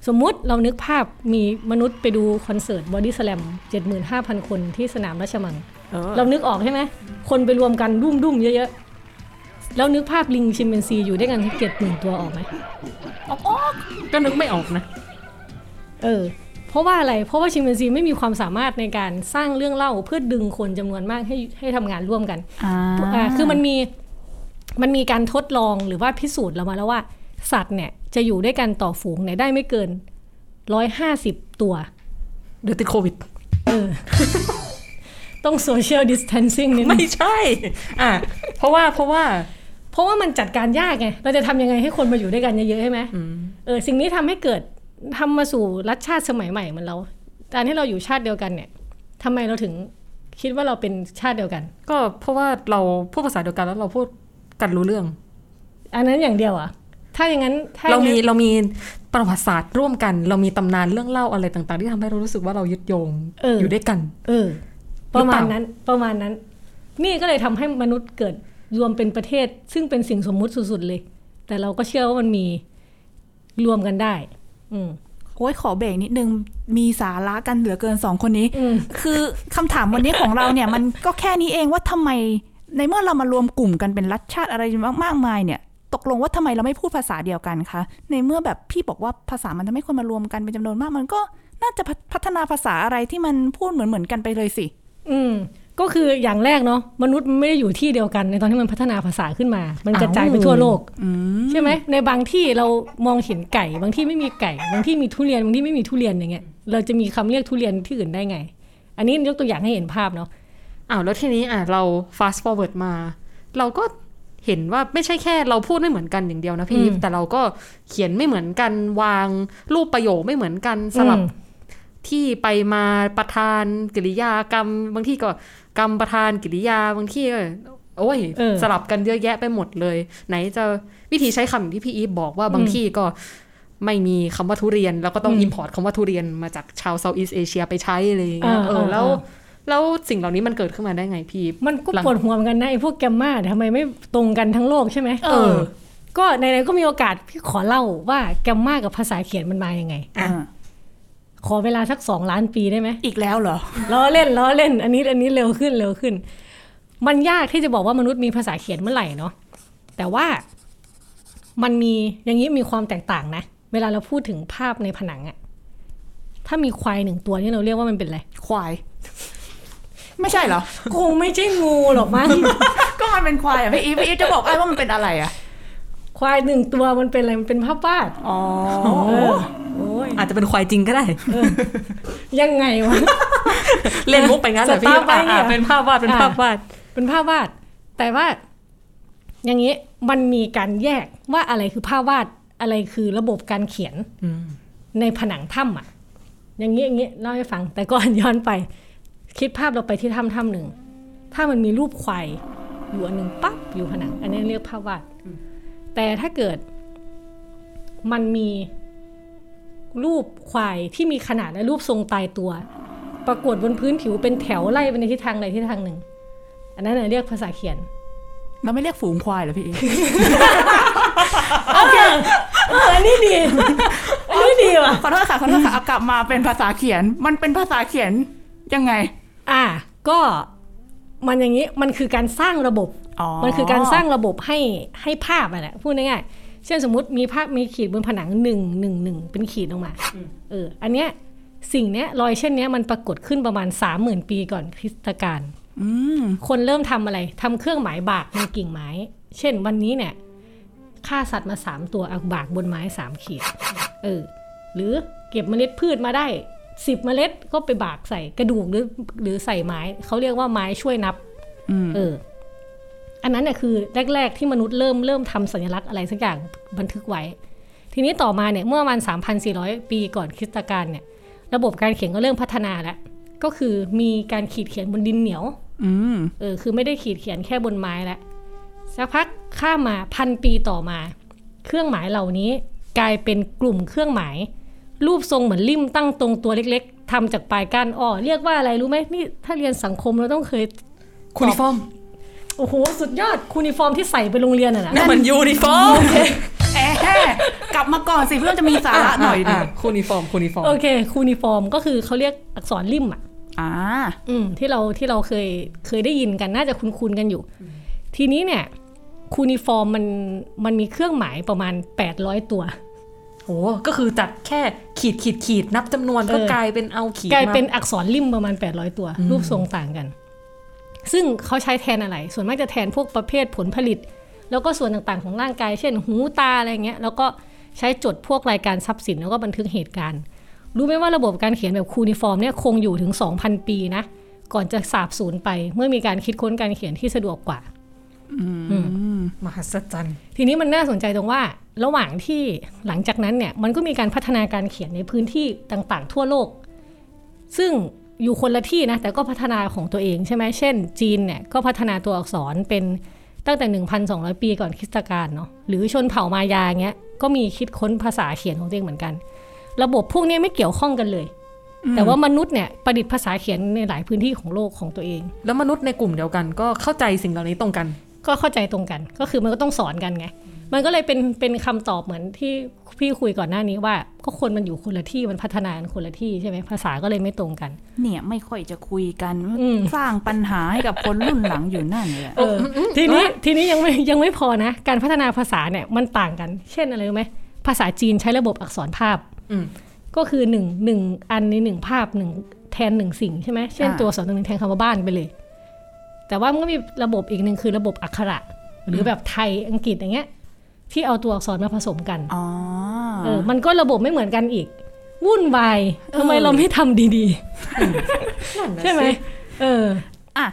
F: สมมุติเรานึกภาพมีมนุษย์ไปดูคอนเสิร์ตบอดี้สแลม75,000 คนที่สนามราชมัง เรานึกออกใช่ไหม คนไปรวมกันดุ้มดุ้มๆเยอะๆ แล้วนึกภาพลิงชิมเปนซีอยู่ด้วยกันเจ็ดหมื่นตัวออกไหม
E: ก็นึกไม่ออกนะ
F: เออ พ เพราะว่าอะไร เพราะว่าชิมเปนซีไม่มีความสามารถในการสร้างเรื่องเล่าเพื่อดึงคนจำนวนมากให้ให้ทำงานร่วมกัน
D: อ่า
F: อ่าคือมันมีมันมีการทดลองหรือว่าพิสูจน์เรามาแล้วว่า สัตว์เนี่ยจะอยู่ด้วยกันต่อฝูงเนี่ยได้ไม่เกินร้อยห้าสิบตัว
E: เดี๋ยวติดโควิด
F: เออ ต้องโซเชียลดิสเทนซิ่งนิดนึ
E: ไม่
F: ง
E: ใช่ อ่ะ เพราะว่าเพราะว่า
F: เพราะว่ามันจัดการยากไง เราจะทำยังไงให้คนมาอยู่ด้วยกันเยอะๆใช่ไหมเออสิ่งนี้ทำให้เกิดทำมาสู่รัฐชาติสมัยใหม่เหมือนเราการที่เราอยู่ชาติเดียวกันเนี่ยทำไมเราถึงคิดว่าเราเป็นชาติเดียวกัน
E: ก็เพราะว่าเราพูดภาษาเดียวกันแล้วเราพูดกันรู้เรื่อง
F: อันนั้นอย่างเดียวอ่ะถ้าอย่างนั้นถ้อย่
E: เรา
F: ง
E: มี
F: นั้น
E: เรามีประวัติศาสตร์ร่วมกัน เรามีตำนานเรื่องเล่าอะไรต่างๆ ที่ทำให้เรารู้สึกว่าเรายึดโยง
F: เอออ
E: ยู่ด้วยกัน
F: เออ
E: ห
F: ป
E: รือ
F: ระ
E: เป
F: มา
E: ล่า
F: ณนั้นประมาณนั้น นี่ก็เลยทำให้มนุษย์เกิดรวมเป็นประเทศ ซึ่งเป็นสิ่งสมมุติสุดๆเลย แต่เราก็เชื่อว่ามันมีรวมกันได้ อืม
D: โอ้ยขอเบรกนิดนึง มีสาระกันเหลือเกินสองคนนี้
F: อืม
D: คือคำถามวันนี้ของเราเนี่ย มันก็แค่นี้เองว่าทำไม ในเมื่อเรามารวมกลุ่มกันเป็นรัฐชาติอะไรมากมายเนี่ย ตกลงว่าทำไมเราไม่พูดภาษาเดียวกันคะ ในเมื่อแบบพี่บอกว่าภาษามันทำให้คนมารวมกันเป็นจำนวนมาก มันก็น่าจะพัฒพัฒนาภาษาอะไรที่มันพูดเหมือนเหมือนๆกันไปเลยสิ
F: อืม ก็คืออย่างแรกเนาะมนุษย์มันไม่ได้อยู่ที่เดียวกัน ในตอนที่มันพัฒนาภาษาขึ้นมา มันกระจายไปทั่วโลกใช่ไหมในบางที่เรามองเห็นไก่ บางที่ไม่มีไก่ บางที่มีทุเรียนบางที่ไม่มีทุเรียนอย่างเงี้ยเราจะมีคำเรียกทุเรียนที่อื่นได้ไง อันนี้ยกตัวอย่างให้เห็นภาพเนาะ
E: อ้าวแล้วทีนี้อ่ะเรา fast forward มา เราก็เห็นว่าไม่ใช่แค่เราพูดไม่เหมือนกันอย่างเดียวนะพี่
F: อืม
E: แต่เราก็เขียนไม่เหมือนกันวางรูปประโยคไม่เหมือนกันสลับ
F: อืม
E: ที่ไปมาประธานกิริยากรรม บางที่ก็กรรมประธานกิริยาบางที่ก็โอ้ย
F: เออ
E: สลับกันเยอะแยะไปหมดเลย ไหนจะวิธีใช้คำอย่างที่พี่อีฟบอกว่าบางที่ก็ไม่มีคำว่าทุเรียน แล้วก็ต้อง
F: อืม
E: อิ p พอร์ตคำว่าทุเรียนมาจากชาวเซาท์อีสเอเชียไปใช้อะไรอย่างเงี้ย
F: อ่า
E: เออ
F: อ่า
E: แล้ว
F: อ่า
E: แล้วสิ่งเหล่านี้มันเกิดขึ้นมาได้ไงพี่
F: มันก็
E: หลัง
F: ปวดหัวเหมือนกันนะไอ้พวกแกมมาเนี่ยทำไมไม่ตรงกันทั้งโลกใช่ไหม
E: เออ
F: ก็ไหนๆก็มีโอกาสพี่ขอเล่าว่าแกมมากับภาษาเขียนมันมายังไง
D: อ่ะ
F: ขอเวลาสักสองล้านปีได้ไหม
D: อีกแล้วเหรอ
F: ล้อเล่นล้อเล่น อันนี้อันนี้เร็วขึ้นเร็วขึ้น มันยากที่จะบอกว่ามนุษย์มีภาษาเขียนเมื่อไหร่เนาะแต่ว่ามันมีอย่างนี้มีความแตกต่างนะ เวลาเราพูดถึงภาพในผนังอะถ้ามีควายหนึ่งตัวนี่เราเรียกว่ามันเป็นอะไร
D: ควาย ไม่ใช่เหรอ
F: คงไม่ใช่งูหรอกมั้ง
D: ก็มันเป็นควายอ่ะพี่อีฟพี่อีฟจะบอกไอ้ว่ามันเป็นอะไรอ่ะ
F: ควายหนึ่งตัวมันเป็นอะไรมันเป็นผ้าป้าด
D: อ๋อ
F: เออโอ้ย
E: อาจจะเป็นควายจริงก็ได้
F: ยังไงวะ
E: เล่นมุกไปงั้นแหละพี่
F: สตาร์ฟไว้เนี่ย
E: อ่ะอ่ะเป็นภาพวาดเป็น
F: อ่ะ
E: ภาพวาด
F: เป็นภาพวาด แต่ว่า อย่างนี้มันมีการแยกว่าอะไรคือภาพวาดอะไรคือระบบการเขียน
E: อืม
F: ในผนังถ้ำอ่ะ อย่างนี้อย่างนี้เล่าให้ฟัง แต่ก่อน ย้อนไป คิดภาพเราไปที่ถ้ำถ้ำหนึ่ง ถ้ามันมีรูปควายอยู่อันหนึ่งปั๊บอยู่ผนัง อันนี้เรียกภาพวาด แต่ถ้าเกิด มันมีรูปควายที่มีขนาดและรูปทรงตายตัว ปรากฏบนพื้นผิวเป็นแถวไล่ไปในทิศทางใดทิศทางหนึ่ง อันนั้นนะเรียกภาษาเขียน
D: เราไม่เรียกฝูงควายเหรอพี่อีฟ
F: โอเคเอออันนี้ดี อันนี้ดีว่ะ
D: ขอโทษค่ะขอโทษค่ะเอากลับมาเป็นภาษาเขียน มันเป็นภาษาเขียนยังไง
F: อ่ะก็มันอย่างนี้มันคือการสร้างระบบ
D: อ๋อ
F: มันคือการสร้างระบบให้ให้ภาพอะแหละพูดง่ายๆเช่นสมมติมีภาพมีขีดบนผนังหนึ่งหนึ่งหนึ่งเป็นขีดลงมาเอออันเนี้ยสิ่งเนี้ยรอยเช่นเนี้ยมันปรากฏขึ้นประมาณ 3 0,000 ปีก่อนคริสตกาล
D: อืม
F: คนเริ่มทำอะไรทำเครื่องหมายบากในกิ่งไม้ เช่นวันนี้เนี่ยฆ่าสัตว์มาสามตัวเอาบากบนไม้สามขีดเออหรือเก็บเมล็ดพืชมาได้สิบเมล็ดก็ไปบากใส่กระดูกหรือหรือใส่ไม้เขาเรียกว่าไม้ช่วยนับ
D: อืม
F: เอออันนั้นน่ยคือแรก ๆ ที่มนุษย์เริ่มเริ่มทำสัญลักษณ์อะไรสักอย่างบันทึกไว้ ทีนี้ต่อมาเนี่ยเมื่อประมาณ 3,400 ปีก่อนคริสตกาลเนี่ยระบบการเขียนก็เริ่มพัฒนาแล้วก็คือมีการขีดเขียนบนดินเหนียว
D: อืม
F: เออคือไม่ได้ขีดเขียนแค่บนไม้แล้วสักพักข้ามมาพันปีต่อมา เครื่องหมายเหล่านี้กลายเป็นกลุ่มเครื่องหมาย รูปทรงเหมือนลิ่มตั้งตรงตัวเล็กๆทำจากปลายก้านอ้อเรียกว่าอะไรรู้ไหมนี่ถ้าเรียนสังคมเราต้องเคย
E: คุณฟอร์ม
F: โอ้โห สุดยอดคูนิฟอร์มที่ใส่ไปโรงเรียนอะนะ
E: นั่นมันยูนิฟ อร์ม
D: แอะแฮะกลับมาก่อนสิเพื่อจะมีสาระหน่อยดิ
E: คูนิฟอร์มคูนิฟอร์ม
F: โอเคคูนิฟอร์มก็คือเขาเรียกอักษรลิ่มอะ
D: อ่า
F: อืมที่เราที่เราเคยเคยได้ยินกันน่าจะคุ้นๆกันอยู่ ทีนี้เนี่ยคูนิฟอร์มมันมันมีเครื่องหมายประมาณ 800 ตัว
E: โอ้ก็คือจากแค่ขีดขีดขีดนับจำนวนก็
F: เออ
E: กลายเป็นเอาขีด
F: กลายเป็น
E: ม
F: อักษรริมประมาณ 800 ตัว
E: อืม
F: รูปทรงต่างกัน ซึ่งเขาใช้แทนอะไร ส่วนมากจะแทนพวกประเภทผลผลิต แล้วก็ส่วนต่างๆของร่างกาย เช่น หูตาอะไรเงี้ย แล้วก็ใช้จดพวกรายการทรัพย์สินแล้วก็บันทึกเหตุการณ์ รู้ไหมว่าระบบการเขียนแบบคูนิฟอร์มเนี่ยคงอยู่ถึง 2,000 ปีนะ ก่อนจะสาบสูญไป เมื่อมีการคิดค้นการเขียนที่สะดวกกว่า
E: มหัศจรรย์
F: ทีนี้มันน่าสนใจตรงว่าระหว่างที่หลังจากนั้นเนี่ยมันก็มีการพัฒนาการเขียนในพื้นที่ต่างๆ ทั่วโลก ซึ่งอยู่คนละที่นะแต่ก็พัฒนาของตัวเองใช่ไหมเช่น จีนเนี่ยก็พัฒนาตัวอักษรเป็นตั้งแต่ 1,200 ปีก่อนคริสตกาลเนาะหรือชนเผ่ามายาเงี้ยก็มีคิดค้นภาษาเขียนของตัวเองเหมือนกัน ระบบพวกเนี้ยไม่เกี่ยวข้องกันเลย แต่ว่ามนุษย์เนี่ยประดิษฐ์ภาษาเขียนในหลายพื้นที่ของโลกของตัวเอง
E: แล้วมนุษย์ในกลุ่มเดียวกันก็เข้าใจสิ่งเหล่านี้ตรงกัน
F: ก็เข้าใจตรงกัน ก็คือมันก็ต้องสอนกันไง มันก็เลยเป็นเป็นคำตอบเหมือนที่พี่คุยก่อนหน้านี้ว่า ก็คนมันอยู่คนละที่มันพัฒนากันคนละที่ใช่ไหมภาษาก็เลยไม่ตรงกัน
D: เนี่ยไม่ค่อยจะคุยกัน
F: อืม
D: สร้างปัญหาให้กับคนรุ่นหลังอยู่นั่นแหละ
F: เออทีนี้ทีนี้ยังไม่ ยังไม่พอนะ การพัฒนาภาษาเนี่ยมันต่างกัน เช่นอะไรรู้ไหมภาษาจีนใช้ระบบอักษรภาพ
E: อืม
F: ก็คือหนึ่งหนึ่งอันในหนึ่งภาพหนึ่งแทนหนึ่งสิ่งใช่ไหมเช่น
D: อ่า
F: ตัวอักษรตัวหนึ่งแทนคำว่าบ้านไปเลย แต่ว่ามันก็มีระบบอีกหนึ่งคือระบบอักขระหรือแบบไทยอังกฤษอย่างเงี้ยที่เอาตัวอักษรมาผสมกัน
D: อ๋อ
F: เออมันก็ระบบไม่เหมือนกันอีก วุ่นวาย
D: เออ
F: ทำไมเราไม่ทำดี
E: นั่น
F: ๆ
E: น่ะ
F: ใช่ไหม
E: สิ
F: เออ
D: อ่ะ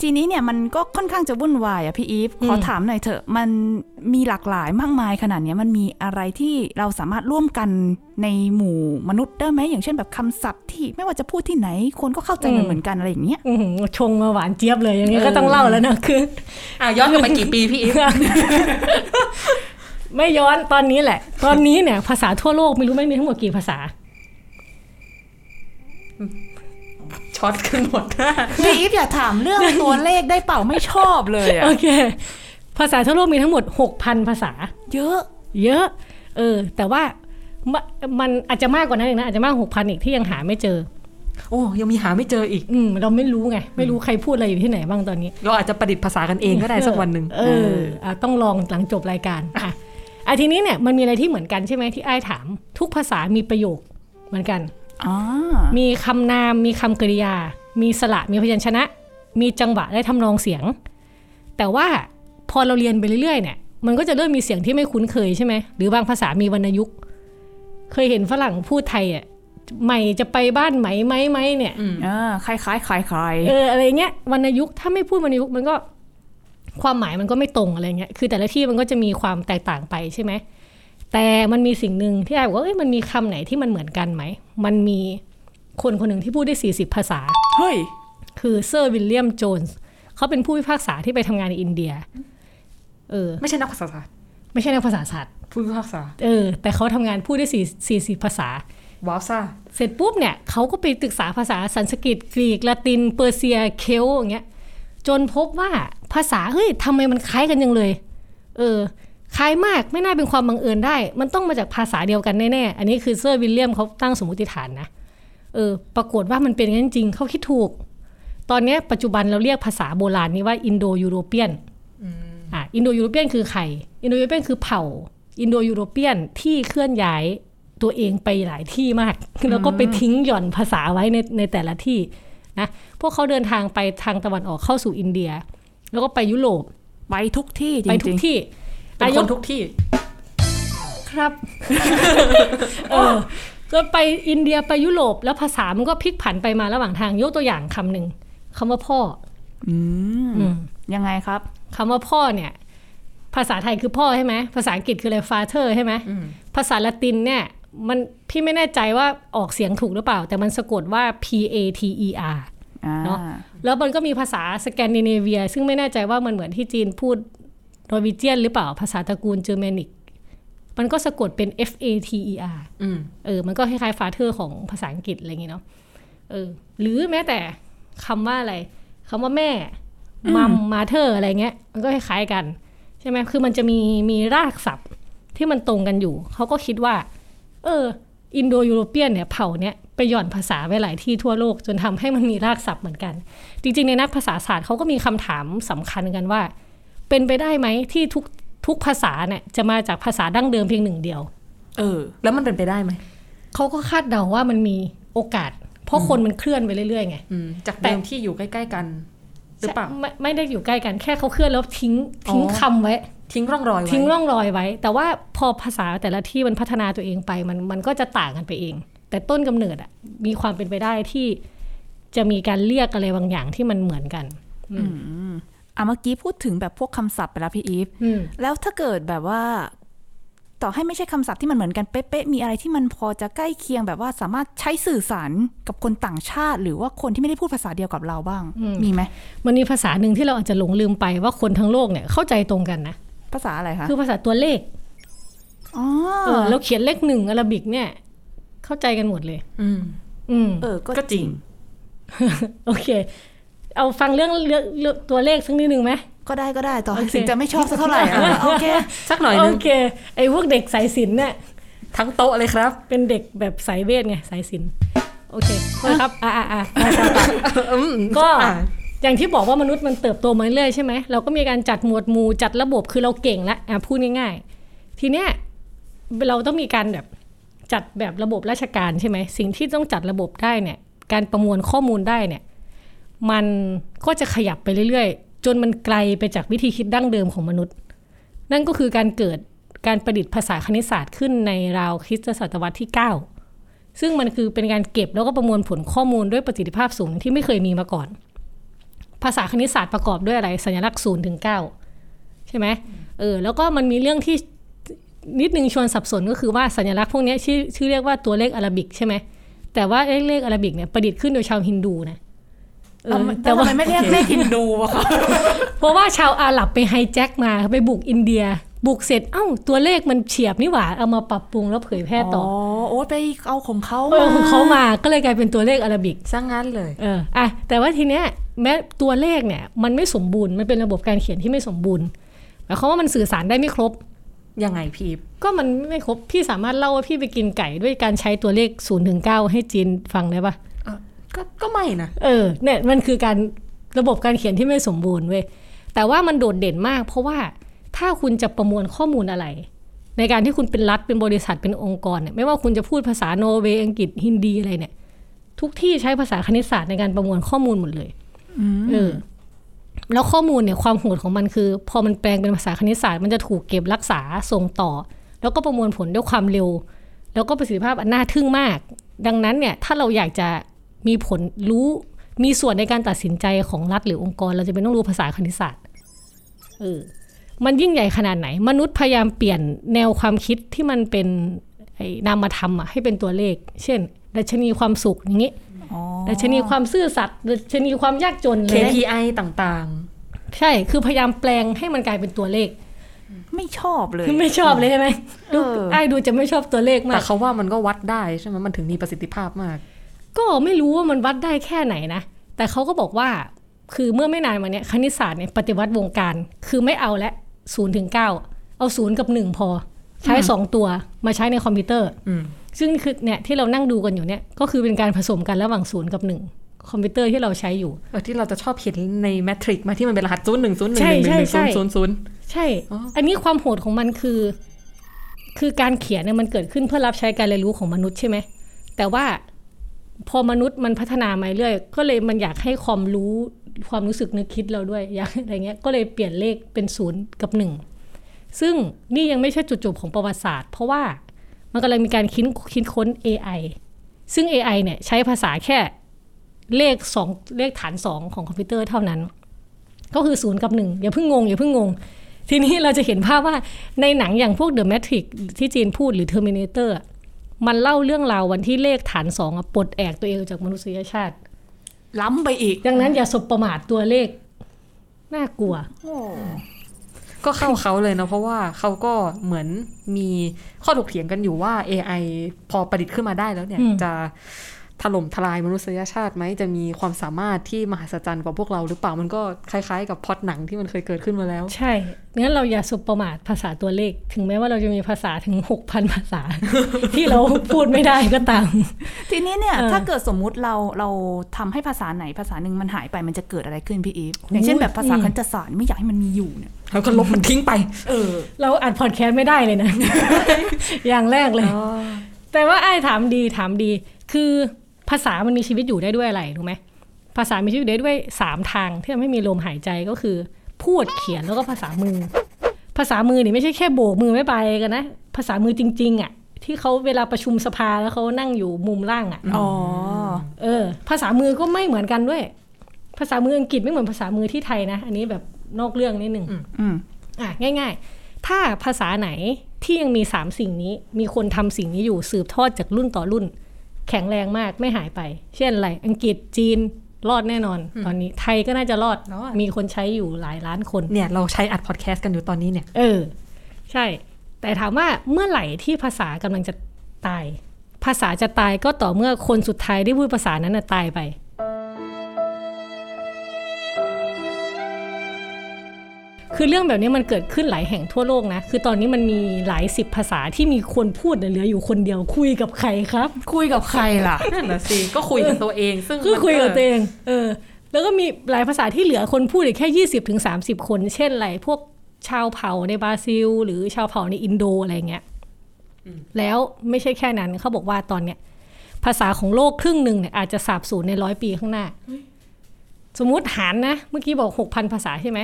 D: ทีนี้เนี่ยมันก็ค่อนข้างจะวุ่นวายอ่ะพี่อีฟขออ
E: ม
D: ถามหน่อยเถอะ มันมีหลากหลายมากมายขนาดเนี้ยมันมีอะไรที่เราสามารถร่วมกันในหมู่มนุษย์ได้ไหมอย่างเช่นแบบคำศัพท์ที่ไม่ว่าจะพูดที่ไหน คนก็เข้าใจมัน
F: อืม
D: เหมือนกันอะไรอย่างเงี้ย
F: อื้อหือชงมาหวานเจี๊ยบเลยอย่างนี้
E: เออ
F: ก็ต้องเล่าแล้วนะ คือ
E: อ่ะย้อนกลับไปกี่ปีพี่อีฟ
F: ไม่ย้อนตอนนี้แหละ ตอนนี้เนี่ยภาษาทั่วโลกไม่รู้ไม่มีทั้งหมดกี่ภาษา
E: ช็อตขึ้นหมดหน้า
D: พี่อีฟอย่าถามเรื่องตัวเลขได้เปล่าไม่ชอบเลยอ่ะ
F: โอเค ภาษาทั่วโลกมีทั้งหมด 6,000 ภาษา
D: เยอะ
F: เยอะ เออ แต่ว่ามะมันอาจจะมากกว่านั้นอีกนะอาจจะมาก 6,000 อีกที่ยังหาไม่เจอ
E: โอ้ยังมีหาไม่เจออีก
F: อืมเราไม่รู้ไงไม่รู้ใครพูดอะไรอยู่ที่ไหนบ้างตอนนี้
E: เราอาจจะประดิษฐ์ภาษากันเองก็ได้สักวันหนึ่ง
F: เอออ่ะต้องลองหลังจบรายการอ่ะอ่ะทีนี้เนี่ยมันมีอะไรที่เหมือนกันใช่ไหมที่ไอ้ายถาม ทุกภาษามีประโยคเหมือนกัน
D: อ๋อ
F: มีคำนามมีคำกริยา มีสระมีพยัญชนะ มีจังหวะและทำนองเสียง แต่ว่าพอเราเรียนไปเรื่อยๆเนี่ยมันก็จะเริ่มมีเสียงที่ไม่คุ้นเคยใช่ไหมหรือบางภาษามีวรรณยุกต์ เคยเห็นฝรั่งพูดไทยอ่ะใหม่จะไปบ้านไหมไหมไหมเนี่ย
D: เออคล้ายคล้ายคล้ายคล้าย
F: เอออะไรเงี้ยวรรณยุกต์ถ้าไม่พูดวรรณยุกต์มันก็ความหมายมันก็ไม่ตรงอะไรเงี้ยคือแต่ละที่มันก็จะมีความแตกต่างไปใช่ไหมแต่มันมีสิ่งหนึ่งที่ไอ้ายบอกว่าเอ้ยมันมีคำไหนที่มันเหมือนกันไหมมันมีคนคนหนึ่งที่พูดได้ 40 ภาษา
D: เฮ้ย
F: คือเซอร์วิลเลียมโจนส์เขาเป็นผู้พิพากษาที่ไปทำงานในอินเดียเออ
E: ไม่ใช่นักภาษาศาสตร์
F: ไม่ใช่นักภาษาศาสตร์
E: ผู้พิพากษา
F: เออแต่เขาทำงานพูดได้4 40 ภาษา
E: ว้าวซ่า
F: เสร็จปุ๊บเนี่ยเขาก็ไปศึกษาภาษาสันสกฤตกรีกละติน เปอร์เซียเคลต์อย่างเงี้ยจนพบว่าภาษาเฮ้ยทำไมมันคล้ายกันยังเลย เออ คล้ายมากไม่น่าเป็นความบังเอิญได้ มันต้องมาจากภาษาเดียวกันแน่ๆ อันนี้คือเซอร์วิลเลียมเขาตั้งสมมติฐานนะ เออ ปรากฏว่ามันเป็นอย่างนั้นจริงเขาคิดถูก ตอนเนี้ยปัจจุบันเราเรียกภาษาโบราณนี้ว่าอินโดยูโรเปียนอ่าอินโดยูโรเปียนคือใครอินโดยูโรเปียนคือเผ่า อินโดยูโรเปียนที่เคลื่อนย้ายตัวเองไปหลายที่มาก แล้วก็ไปทิ้งหย่อนภาษาไว้ในในแต่ละที่นะพวกเขาเดินทางไปทางตะวันออกเข้าสู่อินเดีย แล้วก็ไปยุโรป
D: ไปทุกที่จ
F: ไปทุ
D: ริ
F: ก
D: ง
F: ที่
E: เป็น
F: ย
E: ค
F: ก
E: นทุกที่
F: ครับ เออก็ไปอินเดียไปยุโรปแล้วภาษามันก็พลิกผันไปมาระหว่างทางยกตัวอย่างคำหนึ่งคำว่าพ่อ
D: ๆอืม
F: อืม
D: ยังไงครับ
F: คำว่าพ่อเนี่ย ภาษาไทยคือพ่อใช่ไหมภาษาอังกฤษคืออะไร father ใช่ไหมภาษาละตินเนี่ย มันพี่ไม่แน่ใจว่าออกเสียงถูกหรือเปล่า แต่มันสะกดว่า p a t e r
D: อ่า
F: เนอะ แล้วมันก็มีภาษาสแกนดิเนเวีย ซึ่งไม่แน่ใจว่ามันเหมือนที่จีนพูดนอร์วีเจียนหรือเปล่า ภาษาตระกูลเจอร์แมนิก มันก็สะกดเป็น F A T E R
E: อืม
F: เออ มันก็คล้ายๆฟาเธอร์ของภาษาอังกฤษอะไรอย่างงี้เนาะ เออ หรือแม้แต่คำว่าอะไร คำว่าแม่ มัม มาเธอร์อะไรเงี้ย มันก็คล้ายๆกัน ใช่ไหม คือมันจะมีมีรากศัพท์ที่มันตรงกันอยู่ เขาก็คิดว่า เออ อินโดยูโรเปียนเนี่ยเผ่าเนี่ยไปหย่อนภาษาไว้หลายที่ทั่วโลก จนทำให้มันมีรากศัพท์เหมือนกัน จริงๆ ในนักภาษาศาสตร์เขาก็มีคำถามสำคัญกันว่า เป็นไปได้ไหมที่ทุกทุกภาษาเนี่ยจะมาจากภาษาดั้งเดิมเพียงหนึ่งเดียว
D: เออ
E: แล้วมันเป็นไปได้ไหม
F: เขาก็คาดเดาว่ามันมีโอกาส เพราะคนมันเคลื่อนไปเรื่อยๆไง
E: อืมจากเดิมที่อยู่ใกล้ ๆ กัน หรือเปล่า
F: ไม่ไม่ได้อยู่ใกล้กันแค่เขาเคลื่อนแล้วทิ้งทิ้ง
E: อ๋อ
F: คำไว้
E: ทิ้งร่องรอยไว้
F: ทิ้งร่องรอยไว้ แต่ว่าพอภาษาแต่ละที่มันพัฒนาตัวเองไปมันมันก็จะต่างกันไปเอง แต่ต้นกำเนิดอะมีความเป็นไปได้ที่จะมีการเรียกอะไรบางอย่างที่มันเหมือนกัน
D: อ่ะเมื่อกี้พูดถึงแบบพวกคำศัพท์ไปแล้วพี่อีฟ
F: อืม
D: แล้วถ้าเกิดแบบว่า ต่อให้ไม่ใช่คำศัพท์ที่มันเหมือนกันเป๊ะๆ มีอะไรที่มันพอจะใกล้เคียงแบบว่าสามารถใช้สื่อสารกับคนต่างชาติ หรือว่าคนที่ไม่ได้พูดภาษาเดียวกับเราบ้าง มีไหม
F: มันมีภาษาหนึ่งที่เราอาจจะหลงลืมไปว่าคนทั้งโลกเนี่ยเข้าใจตรงกันนะ
D: ภาษาอะไรคะ
F: คือภาษาตัวเลข
D: อ๋อ
F: เออเราเขียนเลขหนึ่งอาราบิกเนี่ย เข้าใจกันหมดเลย
E: อืม
F: อืม
D: เออก็
E: ก็จริง
F: โอเค เอาฟังเรื่องเรื่องเรื่องตัวเลขสักนิดนึงไหม
D: ก็ได้ก็ได้ต่อให้
F: โอเค
D: ถึงจะไม่ชอบสักเท่าไหร่อะโอเค
E: สักหน่อยนึ
F: โอง เค ไอ้พวกเด็กสายศิลป์เนี่ย
E: ทั้งโต๊ะเลยครับ
F: เป็นเด็กแบบสายเวทไงสายศิลป์โอเคโทษครับอ่าอ่าก็
E: อ่ะ
F: อย่างที่บอกว่ามนุษย์มันเติบโตมาเรื่อยๆใช่ไหมเราก็มีการจัดหมวดหมู่จัดระบบคือเราเก่งละอ่ะพูดง่ายๆ ทีเนี้ยเราต้องมีการแบบจัดแบบระบบราชการใช่ไหมสิ่งที่ต้องจัดระบบได้เนี่ย การประมวลข้อมูลได้เนี่ย มันก็จะขยับไปเรื่อยๆ จนมันไกลไปจากวิธีคิดดั้งเดิมของมนุษย์ นั่นก็คือการเกิดการประดิษฐ์ภาษาคณิตศาสตร์ขึ้นในราวคริสตศตวรรษที่ 9 ซึ่งมันคือเป็นการเก็บแล้วก็ประมวลผลข้อมูลด้วยประสิทธิภาพสูงที่ไม่เคยมีมาก่อน ภาษาคณิตศาสตร์ประกอบด้วยอะไร สัญลักษณ์0ถึง9ใช่ไหมเออแล้วก็มันมีเรื่องที่นิดนึงชวนสับสนก็คือว่าสัญลักษณ์พวกเนี้ยชื่อชื่อเรียกว่าตัวเลขอาราบิกใช่ไหมแต่ว่าเลขเลขอาราบิกเนี่ยประดิษฐ์ขึ้นโดยชาวฮินดูนะเออ
D: แต่ทำไมไม่เรียกเลขฮินดูวะคะ
F: เพราะว่าชาวอาหรับไปไฮแจ็คมาไปบุกอินเดีย บุกเสร็จเอ้า ตัวเลขมันเฉียบนี่หว่า เอามาปรับปรุงแล้วเผยแพร่ต่อ
D: อ๋อโอ้ยไปเอาของเขา
F: เออของเขามาก็เลยกลายเป็นตัวเลขอาราบิก
E: สร้างงานเลย
F: เอออ่ะแต่ว่าทีเนี้ยแม้ตัวเลขเนี่ย มันไม่สมบูรณ์มันเป็นระบบการเขียนที่ไม่สมบูรณ์หมายความว่ามันสื่อสารได้ไม่ครบ
E: ยังไงพี่อีฟ
F: ก็มันไม่ครบพี่สามารถเล่าว่าพี่ไปกินไก่ด้วยการใช้ตัวเลข0ูนถึงเให้จีนฟังได้ปะ
E: อ่ะก็ก็ไม่นะ
F: เออเนี่ยมันคือการระบบการเขียนที่ไม่สมบูรณ์เว้ยแต่ว่ามันโดดเด่นมาก เพราะว่าถ้าคุณจะประมวลข้อมูลอะไร ในการที่คุณเป็นรัฐเป็นบริษัทเป็นองค์กรเนี่ยไม่ว่าคุณจะพูดภาษาโนอร์เวย์อังกฤษฮินดีอะไรเนี่ย ทุกที่ใช้ภาษาคณิตศาสตร์ในการประมวลข้อมูลหมดเลยเออแล้วข้อมูลเนี่ยความโหดของมันคือ พอมันแปลงเป็นภาษาคณิตศาสตร์มันจะถูกเก็บรักษาส่งต่อ แล้วก็ประมวลผลด้วยความเร็ว แล้วก็ประสิทธิภาพอันน่าทึ่งมาก ดังนั้นเนี่ยถ้าเราอยากจะมีผลรู้มีส่วนในการตัดสินใจของรัฐหรือองค์กร เราจะเป็นต้องรู้ภาษาคณิตศาสตร์เออมันยิ่งใหญ่ขนาดไหน มนุษย์พยายามเปลี่ยนแนวความคิดที่มันเป็นไอ้นามธรรมอะให้เป็นตัวเลข เช่น ดัชนีความสุขอย่างนี้
D: อ๋อ
F: ดัชนีความซื่อสัตย์ดัชนีความยากจนเลย
E: KPI ต่าง
F: ใช่ คือพยายามแปลงให้มันกลายเป็นตัวเลข
D: ไม่ชอบเลย
F: ไม่ชอบเลยใช่ไหมดู
D: เออ
F: ไอ้ดูจะไม่ชอบตัวเลข
E: ๆ
F: มา
E: แต่
F: ก
E: เขาว่ามันก็วัดได้ใช่ไหมมันถึงมีประสิทธิภาพมาก
F: ก็ไม่รู้ว่ามันวัดได้แค่ไหนนะ แต่เขาก็บอกว่า คือเมื่อไม่นานมาเนี้ยคณิตศาสตร์เนี่ยปฏิวัติวงการ คือไม่เอาละศูนย์ถึงเก้าเอาศูนย์กับหนึ่งพอ ใช้สองตัวมาใช้ในคอมพิวเตอร์
E: อืม
F: ซึ่งคือเนี่ยที่เรานั่งดูกันอยู่เนี่ย ก็คือเป็นการผสมกันระหว่างศูนย์กับหนึ่งคอมพิวเตอร์ที่เราใช้อยู่
E: เออที่เราจะชอบเห็นในแมทริกซ์มาที่มันเป็นรหัสศูนย์หนึ่งศูนย์หนึ่ง
F: ใช่
E: หนึ่งห
F: ใช่
E: นึ่ง
F: ใช่
E: ศูนย์ศูนย์ศูนย์
F: ใช่
E: อ๋ออั
F: อันนี้ความโหดของมันคือ คือการเขียนเนี่ยมันเกิดขึ้นเพื่อรับใช้การเรียนรู้ของมนุษย์ใช่ไหม แต่ว่าพอมนุษย์มันพัฒนามาเรื่อยก็เลยมันอยากให้ความรู้ความรู้สึกนึกคิดเราด้วย อยากอะไรเงี้ย ก็เลยเปลี่ยนเลขเป็นศูนย์กับหนึ่ง ซึ่งนี่ยังไม่ใช่จุดจบของประวัติศาสตร์ เพราะว่ามันกำลังมีการคิดคิดค้น AI ซึ่ง AI เนี่ยใช้ภาษาแค่เลขสองเลขฐานสองของคอมพิวเตอร์เท่านั้น ก็คือศูนย์กับหนึ่งอย่าเพิ่งงงอย่าเพิ่งงง ทีนี้เราจะเห็นภาพว่าในหนังอย่างพวก The Matrix ที่จีนพูดหรือ Terminator อะมันเล่าเรื่องราววันที่เลขฐานสองอะปลดแอกตัวเองจากมนุษยชาติ
D: ล้ำไปอีก
F: ดังนั้นอย่าสบประมาทตัวเลข น่ากลัว
D: โอ้
E: ก็เข้าเขาเลยเนาะเพราะว่าเขาก็เหมือนมีข้อถกเถียงกันอยู่ว่า AI พอประดิษฐ์ขึ้นมาได้แล้วเนี่ย
F: อืม
E: จะ ถล่มทลายมนุษยชาติไหมจะมีความสามารถที่มหัศจรรย์กว่าพวกเราหรือเปล่ามันก็คล้ายๆ กับพล็อดหนังที่มันเคยเกิดขึ้นมาแล้ว
F: ใช่ งั้นเราอย่าสุปประมาทภาษาตัวเลข ถึงแม้ว่าเราจะมีภาษาถึง 6,000 ภาษ า ที่เราพูดไม่ได้ก็ตาม
D: ทีนี้เนี่ย
F: เออ
D: ถ้าเกิดสมมุติเราเราทำให้ภาษาไหนภาษาหนึ่งมันหายไปมันจะเกิดอะไรขึ้นพี่อีฟอย่างเช่นแบบภาษา
F: อืม
D: คันจศาสตร์ไม่อยากให้มันมีอยู่เนี่ย
E: แล้วก็ลบมันทิ้งไป
D: เออ
F: เราอัดพอดแคสต์ไม่ได้เลยนะ อย่างแรกเลย แต่ว่าไอ้ายถามดีถามดี คือภาษามันมีชีวิตอยู่ได้ด้วยอะไรรู้ไหมภาษามีชีวิตอยู่ได้ด้วยสามทางที่ทำให้มีลมหายใจก็คือ พูดเขียนแล้วก็ภาษามือ ภาษามือนี่ไม่ใช่แค่โบกมือไม่ไปกันนะ ภาษามือจริง ๆ อ่ะ ที่เขาเวลาประชุมสภาแล้วเขานั่งอยู่มุมล่างอ่ะ
D: อ๋อ
F: เออ ภาษามือก็ไม่เหมือนกันด้วย ภาษามืออังกฤษไม่เหมือนภาษามือที่ไทยนะ อันนี้แบบนอกเรื่องนิดหนึ่ง
D: อืม
F: อ่ะง่ายๆ ถ้าภาษาไหนที่ยังมี 3 สิ่งนี้ มีคนทำสิ่งนี้อยู่สืบทอดจากรุ่นต่อรุ่น แข็งแรงมากไม่หายไป เช่นอะไร อังกฤษจีนรอดแน่นอน ตอนนี้ไทยก็น่าจะรอด
E: รอด
F: มีคนใช้อยู่หลายล้านคน
E: เนี่ยเราใช้อัดพอดแคสต์กันอยู่ตอนนี้เนี่ย
F: เออ ใช่ แต่ถามว่าเมื่อไหร่ที่ภาษากำลังจะตาย ภาษาจะตายก็ต่อเมื่อคนสุดท้ายที่พูดภาษานั้นน่ะตายไป คือเรื่องแบบนี้มันเกิดขึ้นหลายแห่งทั่วโลกนะ คือตอนนี้มันมีหลายสิบภาษาที่มีคนพูดเหลืออยู่คนเดียวคุยกับใครครับ
D: คุยกับใครล่ะ
E: นั่นแหละสิ ก็คุยกับตัวเอง ซึ่ง
F: คือ
E: มัน
F: คุยกับตัวเอง เออ แล้วก็มีหลายภาษาที่เหลือคนพูดอีกแค่ 20-30ถึง30 คน เช่นอะไร พวกชาวเผ่าในบราซิล หรือชาวเผ่าในอินโดอะไรเงี้ย แล้วไม่ใช่แค่นั้นเขาบอกว่าตอนเนี้ย ภาษาของโลกครึ่งหนึ่งเนี่ยอาจจะสาบสูญในร้อยปีข้างหน้า สมมุติหารนะ เมื่อกี้บอก 6,000 ภาษาใช่ไหม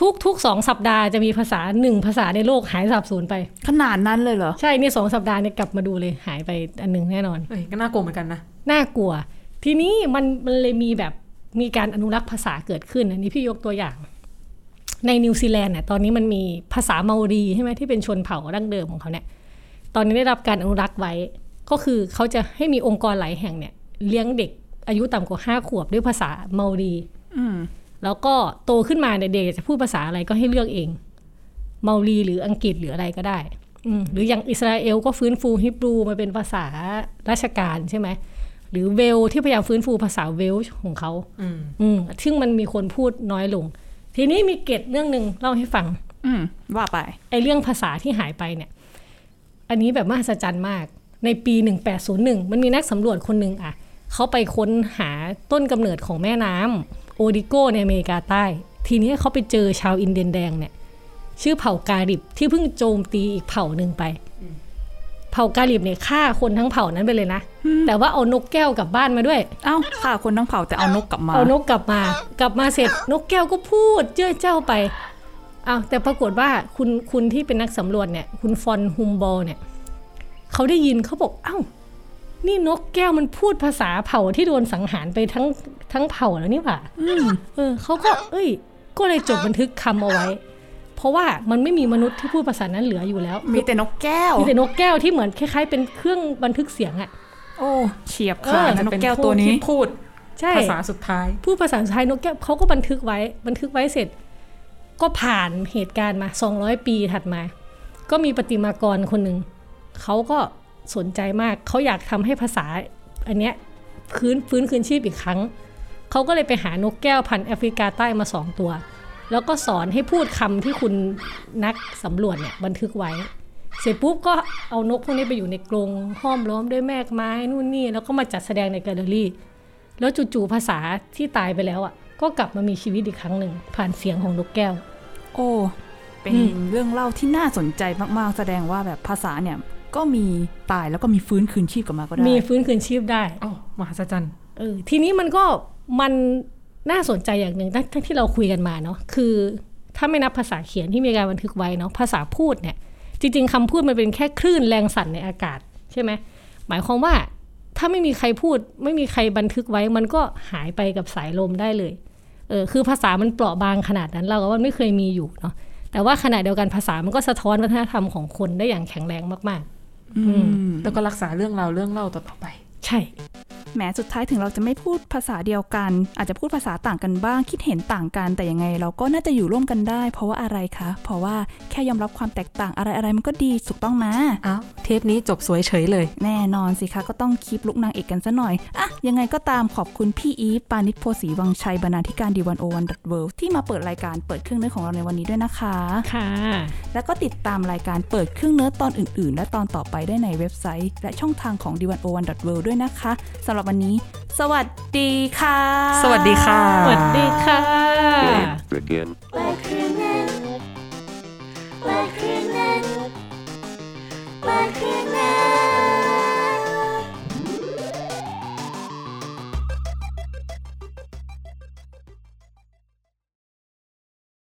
F: ทุกทุกสองสัปดาห์จะมีภาษาหนึ่งภาษาในโลกหายสาบสูญไป
D: ขนาดนั้นเลยเหรอ
F: ใช่เนี่ยสองสัปดาห์เนี่ยกลับมาดูเลยหายไปอันหนึ่งแน่นอน
E: เอ้ยก็น่ากลัวเหมือนกันนะ
F: น่ากลัว ทีนี้มันมันเลยมีแบบมีการอนุรักษ์ภาษาเกิดขึ้น อันนี้พี่ยกตัวอย่าง ในนิวซีแลนด์เนี่ยตอนนี้มันมีภาษาเมารีใช่ไหมที่เป็นชนเผ่าดั้งเดิมของเขาเนี่ย ตอนนี้ได้รับการอนุรักษ์ไว้ ก็คือเขาจะให้มีองค์กรหลายแห่งเนี่ย เลี้ยงเด็กอายุต่ำกว่าห้าขวบด้วยภาษาเมารี
D: อืม
F: แล้วก็โตขึ้นมาเนี่ยเด็กจะพูดภาษาอะไรก็ให้เลือกเอง เมารีหรืออังกฤษหรืออะไรก็ได้อืมหรืออย่างอิสราเอลก็ฟื้นฟูฮิบรูมาเป็นภาษาราชการใช่ไหม หรือเวลที่พยายามฟื้นฟูภาษาเวลช์ของเขา
E: อืม
F: อืมซึ่งมันมีคนพูดน้อยลง ทีนี้มีเกตเรื่องหนึ่งเล่าให้ฟัง
D: อืม ว่าไป
F: ไอเรื่องภาษาที่หายไปเนี่ย อันนี้แบบมหัศจรรย์มาก ในปี 1801 มันมีนักสำรวจคนหนึ่งอ่ะ เขาไปค้นหาต้นกำเนิดของแม่น้ำโอดิโกในอเมริกาใต้ ทีนี้เขาไปเจอชาวอินเดียนแดงเนี่ย ชื่อเผ่ากาลิบที่เพิ่งโจมตีอีกเผ่าหนึ่งไป เผ่ากาลิบเนี่ยฆ่าคนทั้งเผ่านั้นไปเลยนะ แต่ว่าเอานกแก้วกลับบ้านมาด้วย
D: เอ้าค่ะคนทั้งเผ่าแต่เอานกกลับมา
F: เอานกกลับมากลับมาเสร็จนกแก้วก็พูดเจ้อเจ้าไปเอาแต่ปรากฏว่าคุณคุณที่เป็นนักสำรวจเนี่ย คุณฟอนฮุมบอลเนี่ยเขาได้ยินเขาบอก เอ้า นี่นกแก้วมันพูดภาษาเผ่าที่โดนสังหารไปทั้งทั้งเผ่าแล้วนี่หว่าเออเขาก็ เอ้ย ก็เลยจดบันทึกคำเอาไว้ เพราะว่ามันไม่มีมนุษย์ที่พูดภาษานั้นเหลืออยู่แล้ว
D: มีแต่นกแก้ว
F: มีแต่นกแก้วที่เหมือนคล้ายๆ เป็นเครื่องบันทึกเสียงอะ
D: โอ้เฉียบ
F: เอ
D: ขา
F: อ
D: ดนะนกแก้วตัวนี้
E: พูด
F: ใช่
E: ภาษาสุดท้าย
F: พูดภาษาไทยนกแก้วเขาก็บันทึกไว้บันทึกไว้เสร็จ ก็ผ่านเหตุการณ์มา 200 ปีถัดมา ก็มีประติมากรคนหนึ่งเขาก็สนใจมากเขาอยากทำให้ภาษาอันเนี้ยคืนฟื้นคืนชีพอีกครั้ง เขาก็เลยไปหานกแก้วพันธุ์แอฟริกาใต้มาสองตัว แล้วก็สอนให้พูดคำที่คุณนักสำรวจเนี่ยบันทึกไว้ เสร็จปุ๊บก็เอานกพวกนี้ไปอยู่ในกรงห้อมล้อมด้วยแมกไม้นู่นนี่แล้วก็มาจัดแสดงในแกลเลอรี่ แล้วจู่ๆภาษาที่ตายไปแล้วอ่ะ ก็กลับมามีชีวิตอีกครั้งหนึ่ง ผ่านเสียงของนกแก้ว
D: โอ้ เป็น
F: อืม
D: เรื่องเล่าที่น่าสนใจมากๆ แสดงว่าแบบภาษาเนี่ย ก็มีตายแล้วก็มีฟื้นคืนชีพกลับมาก็ได้
F: มีฟื้นคืนชีพได้
E: อ๋อมหัศจรรย์
F: เออทีนี้มันก็มันน่าสนใจอย่างหนึ่งทั้งทั้งที่เราคุยกันมาเนาะคือ ถ้าไม่นับภาษาเขียนที่มีการบันทึกไว้เนาะภาษาพูดเนี่ย จริงๆคำพูดมันเป็นแค่คลื่นแรงสั่นในอากาศใช่ไหมหมายความว่าถ้าไม่มีใครพูด ไม่มีใครบันทึกไว้ มันก็หายไปกับสายลมได้เลยเออคือภาษามันเปราะบางขนาดนั้นเราก็ว่าไม่เคยมีอยู่เนาะแต่ว่าขณะเดียวกันภาษามันก็สะท้อนวัฒนธรรมของคนได้อย่างแข็งแรงมาก ๆ
D: อืม
E: แล้วก็รักษาเรื่องราวเรื่องเล่าต่อๆไป
F: ใช่
D: แหมสุดท้ายถึงเราจะไม่พูดภาษาเดียวกัน อาจจะพูดภาษาต่างกันบ้าง คิดเห็นต่างกันแต่ยังไง เราก็น่าจะอยู่ร่วมกันได้ เพราะว่าอะไรคะ เพราะว่าแค่ยอมรับความแตกต่างอะไรอะไรๆมันก็ดีถูกต้องไหม
E: อ้าวเทปนี้จบสวยเฉยเลย
D: แน่นอนสิคะก็ต้องคลิปลุกนางเอกกันซะหน่อย อะ ยังไงก็ตามขอบคุณพี่อีฟปานิชโพสีวังชัยบรรณาธิการดีวันโอวันดอทเวิที่มาเปิดรายการเปิดเครื่องเนื้อของเราในวันนี้ด้วยนะคะ
F: ค่ะ
D: แล้วก็ติดตามรายการเปิดเครื่องเนื้อตอนอื่น ๆ และตอนต่อไปได้ในเว็บไซต์ และช่องทางของ d 1 o 1 w o r l d ด้วยนะคะสำหรับวันนี้ สวัสดีค่ะ
E: สวัสดีค่ะ
F: สวัสดีค่ะ Ah.
B: Game begin.
C: Like you.